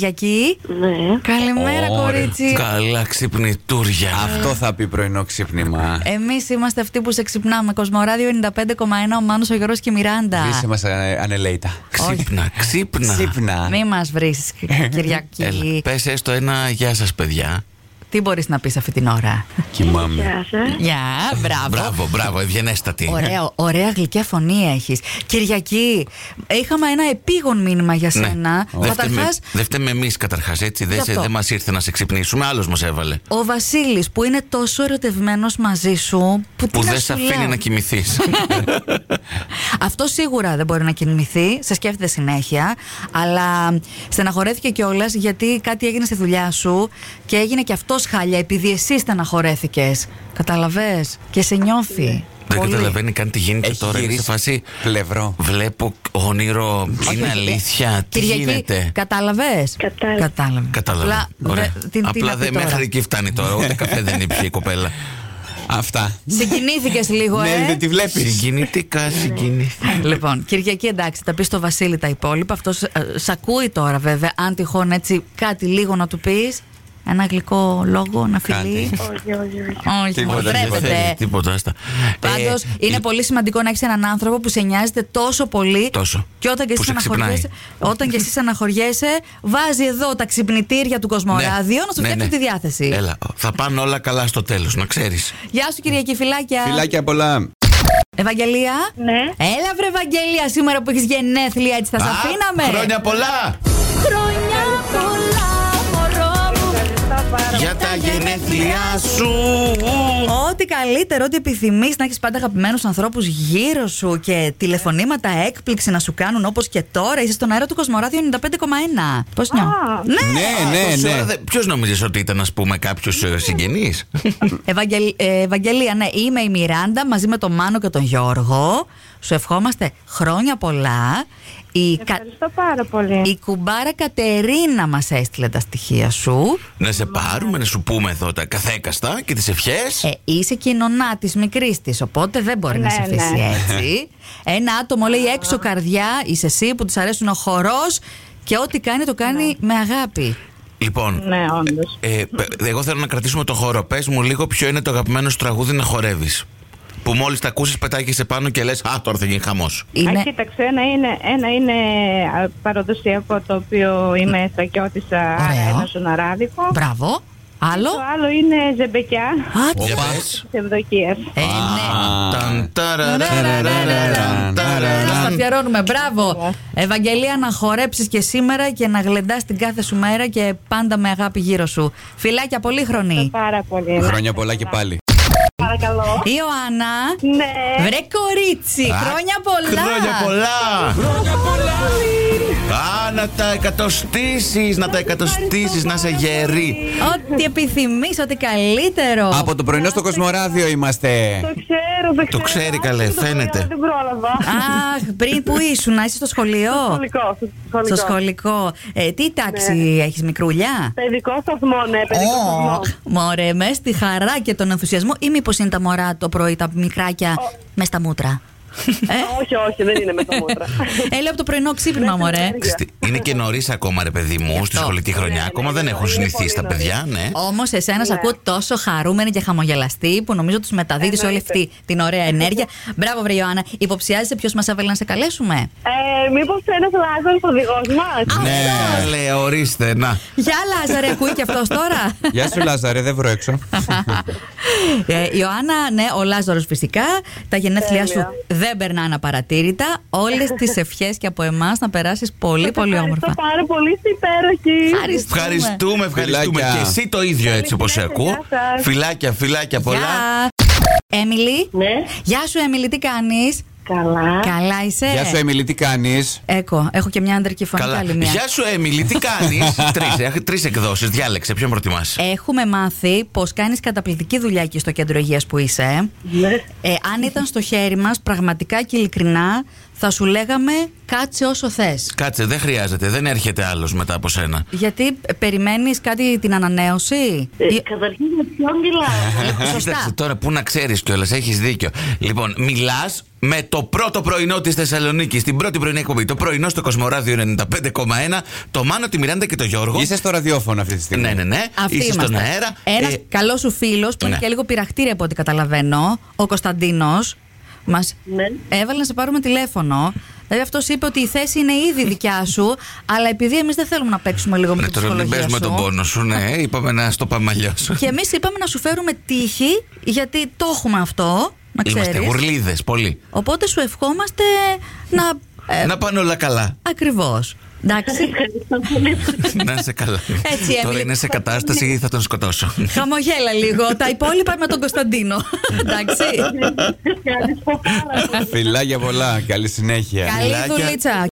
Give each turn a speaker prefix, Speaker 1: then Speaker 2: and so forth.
Speaker 1: Κυριακή.
Speaker 2: Ναι.
Speaker 1: Καλημέρα,
Speaker 3: Ωραία.
Speaker 1: κορίτσι.
Speaker 3: Καλά ξυπνητούρια.
Speaker 4: Αυτό θα πει πρωινό ξύπνημα.
Speaker 1: Εμείς είμαστε αυτοί που σε ξυπνάμε. Κοσμοράδιο 95,1 ο Μάνος, ο Γιώργος και η Μιράντα.
Speaker 4: Είσαι μας ανε- ανελέητα.
Speaker 3: Ξύπνα, ξύπνα.
Speaker 4: Ξύπνα.
Speaker 1: Μη μας βρεις,
Speaker 3: Έλα,
Speaker 1: Κυριακή.
Speaker 3: πες έστω ένα γεια σας παιδιά.
Speaker 1: Τι μπορείς να πεις αυτή την ώρα.
Speaker 4: Κοιμάμαι.
Speaker 2: Γεια σας.
Speaker 1: Γεια, μπράβο.
Speaker 3: Μπράβο, μπράβο, ευγενέστατη.
Speaker 1: Ωραίο, ωραία γλυκιά φωνή έχεις. Κυριακή, είχαμε ένα επίγον μήνυμα για
Speaker 3: Ναι.
Speaker 1: σένα.
Speaker 3: Δεν φταίμε-
Speaker 1: Καταρχάς,
Speaker 3: Δεν φταίμε εμείς καταρχάς, έτσι. Δεν
Speaker 1: Γι'
Speaker 3: σε-
Speaker 1: αυτό.
Speaker 3: δεν μας ήρθε να σε ξυπνήσουμε, άλλος μας έβαλε.
Speaker 1: ο Βασίλης που είναι τόσο ερωτευμένος μαζί σου. Που,
Speaker 3: Που
Speaker 1: τι να
Speaker 3: δεν
Speaker 1: σου
Speaker 3: σε αφήνει
Speaker 1: λέω.
Speaker 3: να κοιμηθείς.
Speaker 1: Αυτό σίγουρα δεν μπορεί να κινηθεί, σε σκέφτεται συνέχεια, αλλά στεναχωρέθηκε κιόλας γιατί κάτι έγινε στη δουλειά σου και έγινε και αυτό χάλια επειδή εσύ στεναχωρέθηκες. Καταλαβέ και σε νιώθει.
Speaker 3: Δεν
Speaker 1: Πολύ.
Speaker 3: καταλαβαίνει καν τι γίνεται
Speaker 4: Έχει
Speaker 3: τώρα. Είναι σε
Speaker 4: γυρίσει
Speaker 3: φάση.
Speaker 4: πλευρό.
Speaker 3: Βλέπω όνειρο. Είναι αλήθεια. Τι
Speaker 1: ε, Κυριακή,
Speaker 3: γίνεται.
Speaker 1: κατάλαβε.
Speaker 2: Κατάλαβα.
Speaker 1: Κατάλαβα.
Speaker 3: Κατάλαβα.
Speaker 1: Απλά,
Speaker 3: Ωραία.
Speaker 1: δε- τι- τι να
Speaker 3: Απλά
Speaker 1: πει
Speaker 3: δεν
Speaker 1: τώρα.
Speaker 3: μέχρι εκεί φτάνει τώρα. Ούτε καφέ δεν ήπια η κοπέλα.
Speaker 4: Αυτά.
Speaker 1: Συγκινήθηκες λίγο, ε.
Speaker 4: Ναι, δεν τη βλέπεις.
Speaker 1: Ναι.
Speaker 3: Συγκινητικά, συγκινητικά.
Speaker 1: Λοιπόν, Κυριακή εντάξει, τα πεις στο Βασίλη τα υπόλοιπα. Αυτός σ' ακούει τώρα βέβαια. Αν τυχόν έτσι κάτι λίγο να του πεις, ένα γλυκό λόγο, να φιλείς.
Speaker 2: Όχι, όχι, όχι.
Speaker 1: Όχι,
Speaker 4: Τίποτα,
Speaker 1: μου
Speaker 3: Δεν
Speaker 4: Τρέπεται.
Speaker 3: θέλει τίποτα. άστα.
Speaker 1: Πάντως
Speaker 3: Ε,
Speaker 1: είναι πολύ σημαντικό να έχεις έναν άνθρωπο που σε νοιάζεται τόσο πολύ.
Speaker 3: Τόσο.
Speaker 1: Και όταν και
Speaker 3: Που
Speaker 1: εσύ
Speaker 3: σε ξυπνάει.
Speaker 1: αναχωριέσαι, όταν και εσύ αναχωριέσαι, βάζει εδώ τα ξυπνητήρια του Κοσμοράδιο να σου
Speaker 3: ναι,
Speaker 1: φτιάξει
Speaker 3: ναι.
Speaker 1: τη διάθεση.
Speaker 3: Έλα, θα πάνε όλα καλά στο τέλος, να ξέρεις.
Speaker 1: Γεια σου, Κυριακή, φυλάκια.
Speaker 4: Φιλάκια πολλά.
Speaker 1: Ευαγγελία.
Speaker 2: Ναι.
Speaker 1: Έλα, βρε, Ευαγγελία, σήμερα που έχεις γενέθλια, έτσι θα σε
Speaker 3: Α,
Speaker 1: αφήναμε.
Speaker 3: Χρόνια πολλά!
Speaker 1: Χρόνια πολλά, μωρό μου.
Speaker 3: Για τα γενέθλιά σου!
Speaker 1: Ό,τι καλύτερο, ό,τι επιθυμείς να έχεις πάντα αγαπημένους ανθρώπους γύρω σου και τηλεφωνήματα έκπληξη να σου κάνουν όπως και τώρα. Είσαι στον αέρα του Κοσμοράδιο 95,1. Πώς νιώ. Ναι,
Speaker 4: Ναι, ναι, ναι.
Speaker 3: Ποιος νομίζεις ότι ήταν, ας πούμε, ε, κάποιο συγγενής.
Speaker 1: Ευαγγελ- ε, Ευαγγελία, ναι, είμαι η Μιράντα μαζί με τον Μάνο και τον Γιώργο. Σου ευχόμαστε χρόνια πολλά. Η, κα-
Speaker 2: Ευχαριστώ πάρα πολύ.
Speaker 1: η κουμπάρα Κατερίνα μας έστειλε τα στοιχεία σου.
Speaker 3: να σε πάρουμε, να σου πούμε εδώ τα καθέκαστα και τις ευχές.
Speaker 1: Ε, είσαι κοινωνά της μικρής της, οπότε δεν μπορεί να
Speaker 2: Ναι,
Speaker 1: σε αφήσει
Speaker 2: ναι.
Speaker 1: έτσι. Ένα άτομο λέει έξω καρδιά, είσαι εσύ που της αρέσουν ο χορός και ό,τι κάνει το κάνει με αγάπη.
Speaker 3: Λοιπόν,
Speaker 2: Ναι, όντως.
Speaker 3: ε, πε- εγώ θέλω να κρατήσουμε το χώρο. Πες μου λίγο ποιο είναι το αγαπημένο σου τραγούδι να χορεύεις. Που μόλις τα ακούσεις, πετάγει επάνω και λες: Α, τώρα θα γίνει χαμός.
Speaker 1: Είναι...
Speaker 2: Α, κοίταξε, ένα είναι, ένα είναι α, παραδοσιακό το οποίο είμαι στρατιώτησα, άρα
Speaker 1: Ε, Ωραίο.
Speaker 2: ένα ζωναράδικο.
Speaker 1: Μπράβο. Άλλο.
Speaker 2: Το άλλο είναι ζεμπεκιά
Speaker 1: Α, τι-
Speaker 3: Για πες.
Speaker 2: τη Ευδοκία.
Speaker 1: Ε, ναι.
Speaker 3: Ταν, ταρα,
Speaker 1: Ναι, ναι, ναι, ναι, ναι.
Speaker 3: ταρα.
Speaker 1: Να στα αφιερώνουμε, μπράβο. Ευαγγελία, να χορέψεις και σήμερα και να γλεντάς την κάθε σου μέρα και πάντα με αγάπη γύρω σου. Φιλάκια, πολύχρονη.
Speaker 2: Πάρα πολύ.
Speaker 4: Χρόνια πολλά και πάλι.
Speaker 2: Παρακαλώ.
Speaker 1: Ιωάννα,
Speaker 2: Ναι.
Speaker 1: βρε κορίτσι,
Speaker 3: Α,
Speaker 1: χρόνια πολλά.
Speaker 3: Χρόνια πολλά! Α, να τα εκατοστήσεις, να τα εκατοστήσεις, να είσαι γερή.
Speaker 1: Ό,τι επιθυμείς, ό,τι καλύτερο.
Speaker 4: Από το πρωινό στο Κοσμοράδιο είμαστε.
Speaker 2: Το ξέρω, δεν
Speaker 3: Το
Speaker 2: ξέρω.
Speaker 3: ξέρει, καλέ,
Speaker 2: Άκουσα το
Speaker 3: φαίνεται.
Speaker 2: πρωί, αλλά Δεν πρόλαβα.
Speaker 1: Αχ, πριν που ήσουν, είσαι στο σχολείο.
Speaker 2: Σχολικό, σχολικό.
Speaker 1: Στο σχολικό. Ε, τι τάξη έχεις μικρούλια.
Speaker 2: Παιδικό σταθμό, ναι, παιδικό σταθμό.
Speaker 1: Ωχ, Μωρέ, μες στη χαρά και τον ενθουσιασμό ή μήπως είναι τα μωρά το πρωί, τα μικράκια μες στα μούτρα. ε,
Speaker 2: Όχι, όχι, δεν είναι με τα μούτρα.
Speaker 1: ε, λέω από το πρωινό ξύπνημα, μωρέ.
Speaker 3: Στη- Είναι και νωρίς ακόμα, ρε παιδί μου, στη σχολική χρονιά. Ακόμα δεν έχουν συνηθίσει τα παιδιά, ναι.
Speaker 1: Όμως, εσένα σε ακούω τόσο χαρούμενη και χαμογελαστή που νομίζω τους μεταδίδεις όλη αυτή την ωραία ενέργεια. Μπράβο, Βρε Ιωάννα. Υποψιάζεσαι ποιος μας έβαλε να σε καλέσουμε.
Speaker 2: Ε, Μήπως ένας Λάζαρος οδηγός μας.
Speaker 3: Ναι, λέει, ορίστε, να.
Speaker 1: Γεια, Λάζαρε, ακούει και αυτός τώρα.
Speaker 4: Γεια σου Λάζαρε, δεν βρω έξω.
Speaker 1: Ναι. ε, Ιωάννα, ναι, ο Λάζαρος φυσικά. Τα γενέθλιά σου
Speaker 2: Τέλεια.
Speaker 1: δεν περνάνε απαρατήρητα. Όλες τις ευχές και από εμάς να περάσεις πολύ, πολύ όμορφα.
Speaker 2: Ευχαριστώ πάρα πολύ, είστε υπέροχοι.
Speaker 1: Ευχαριστούμε.
Speaker 3: Ευχαριστούμε, ευχαριστούμε.
Speaker 4: Φιλάκια.
Speaker 3: Και εσύ το ίδιο έτσι όπως σε
Speaker 2: συνέχεια,
Speaker 3: ακούω.
Speaker 2: γεια σας.
Speaker 3: Φιλάκια, φιλάκια πολλά.
Speaker 1: Γεια. Έμιλι.
Speaker 2: Ναι,
Speaker 1: Γεια σου, Έμιλι, τι κάνεις.
Speaker 2: καλά.
Speaker 1: Καλά είσαι.
Speaker 4: Γεια σου Εμιλή, τι κάνεις.
Speaker 1: Έκο, έχω και μια ανδρική φωνή.
Speaker 3: Καλά.
Speaker 1: Καλή μια.
Speaker 3: Γεια σου, Έμιλι, τι κάνεις. Τρεις εκδόσεις, διάλεξε, ποιον προτιμάς.
Speaker 1: Έχουμε μάθει πως κάνεις καταπληκτική δουλειά εκεί στο κέντρο υγείας που είσαι.
Speaker 2: Ναι.
Speaker 1: Ε, αν ήταν στο χέρι μας, πραγματικά και ειλικρινά, θα σου λέγαμε κάτσε όσο θες.
Speaker 3: Κάτσε, δεν χρειάζεται, δεν έρχεται άλλος μετά από σένα.
Speaker 1: Γιατί περιμένεις κάτι την ανανέωση.
Speaker 5: Ε,
Speaker 1: Ή-
Speaker 5: Καταρχήν με ποιον
Speaker 3: Ε,
Speaker 5: μιλάω.
Speaker 1: Ε, Σωστά.
Speaker 3: Κοίταξε τώρα που να ξέρεις κιόλας, έχεις δίκιο. Λοιπόν, μιλάς με το πρώτο πρωινό της Θεσσαλονίκης, την πρώτη πρωινή εκπομπή. Το πρωινό στο Κοσμοράδιο 95,1, το Μάνο, τη Μιράντα και το Γιώργο.
Speaker 4: Είσαι στο ραδιόφωνο αυτή τη στιγμή.
Speaker 3: Ναι, ναι, ναι.
Speaker 1: Αυτοί
Speaker 3: Είσαι
Speaker 1: είμαστε.
Speaker 3: στον αέρα.
Speaker 1: Ένας
Speaker 3: Ε,
Speaker 1: καλός σου φίλος που είναι
Speaker 3: ναι.
Speaker 1: και λίγο πειραχτήρι από ό,τι καταλαβαίνω, ο Κωνσταντίνος, μας
Speaker 5: Ναι.
Speaker 1: έβαλε να σε πάρουμε τηλέφωνο. Δηλαδή αυτός είπε ότι η θέση είναι ήδη δικιά σου, αλλά επειδή εμείς δεν θέλουμε να παίξουμε λίγο με
Speaker 3: ναι,
Speaker 1: την
Speaker 3: τώρα μην
Speaker 1: ψυχολογία
Speaker 3: παίζουμε
Speaker 1: σου.
Speaker 3: τον πόνο σου, ναι. Είπαμε να στο πάμε αλλιώς.
Speaker 1: Και εμείς είπαμε να σου φέρουμε τύχη, γιατί το έχουμε αυτό, να
Speaker 3: Είμαστε
Speaker 1: ξέρεις.
Speaker 3: γουρλίδες, πολύ.
Speaker 1: Οπότε σου ευχόμαστε να. Ε,
Speaker 3: Να πάνε όλα καλά.
Speaker 1: Ακριβώς. Εντάξει.
Speaker 5: Ευχαριστώ πολύ.
Speaker 3: να είσαι καλά.
Speaker 1: Έτσι,
Speaker 3: Τώρα
Speaker 1: Έμιλη.
Speaker 3: είναι σε κατάσταση, θα τον σκοτώσω.
Speaker 1: Χαμογέλα λίγο. Τα υπόλοιπα με τον Κωνσταντίνο. Εντάξει.
Speaker 5: Ευχαριστώ πάρα πολύ.
Speaker 3: ναι.
Speaker 4: Φιλάκια πολλά. Καλή συνέχεια.
Speaker 1: Καλή
Speaker 3: Φιλάκια.
Speaker 1: δουλίτσα.